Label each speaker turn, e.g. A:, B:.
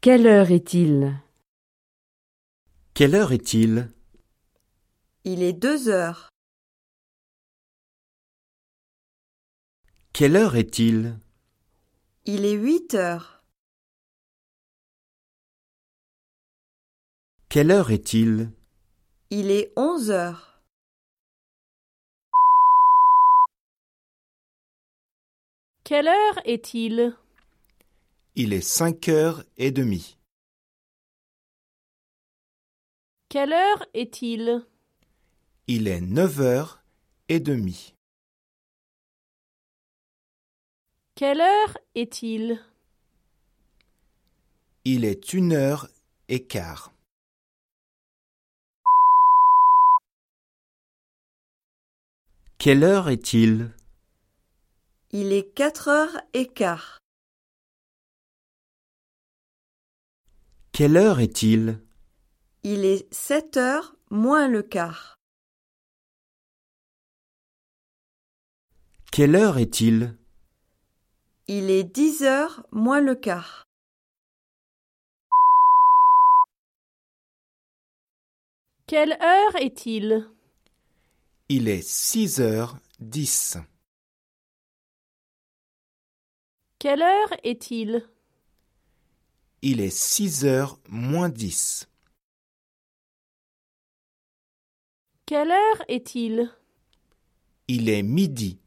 A: Quelle heure est-il
B: Quelle heure est-il
C: Il est deux heures.
B: Quelle heure est-il
C: Il est huit heures.
B: Quelle heure est-il
C: Il est onze heures.
D: Quelle heure est-il
E: Il est cinq heures et demie.
D: Quelle heure est-il
E: Il est neuf heures et demie.
D: Quelle heure est-il
E: Il est une heure et quart.
B: Quelle heure est-il
C: Il est quatre heures et quart.
B: Quelle heure est-il
C: Il est sept heures moins le quart.
B: Quelle heure est-il
C: Il est dix heures moins le quart.
D: Quelle heure est-il
E: Il est six heures dix.
D: Quelle heure est-il
E: Il est six heures moins dix.
D: Quelle heure est-il
E: Il est midi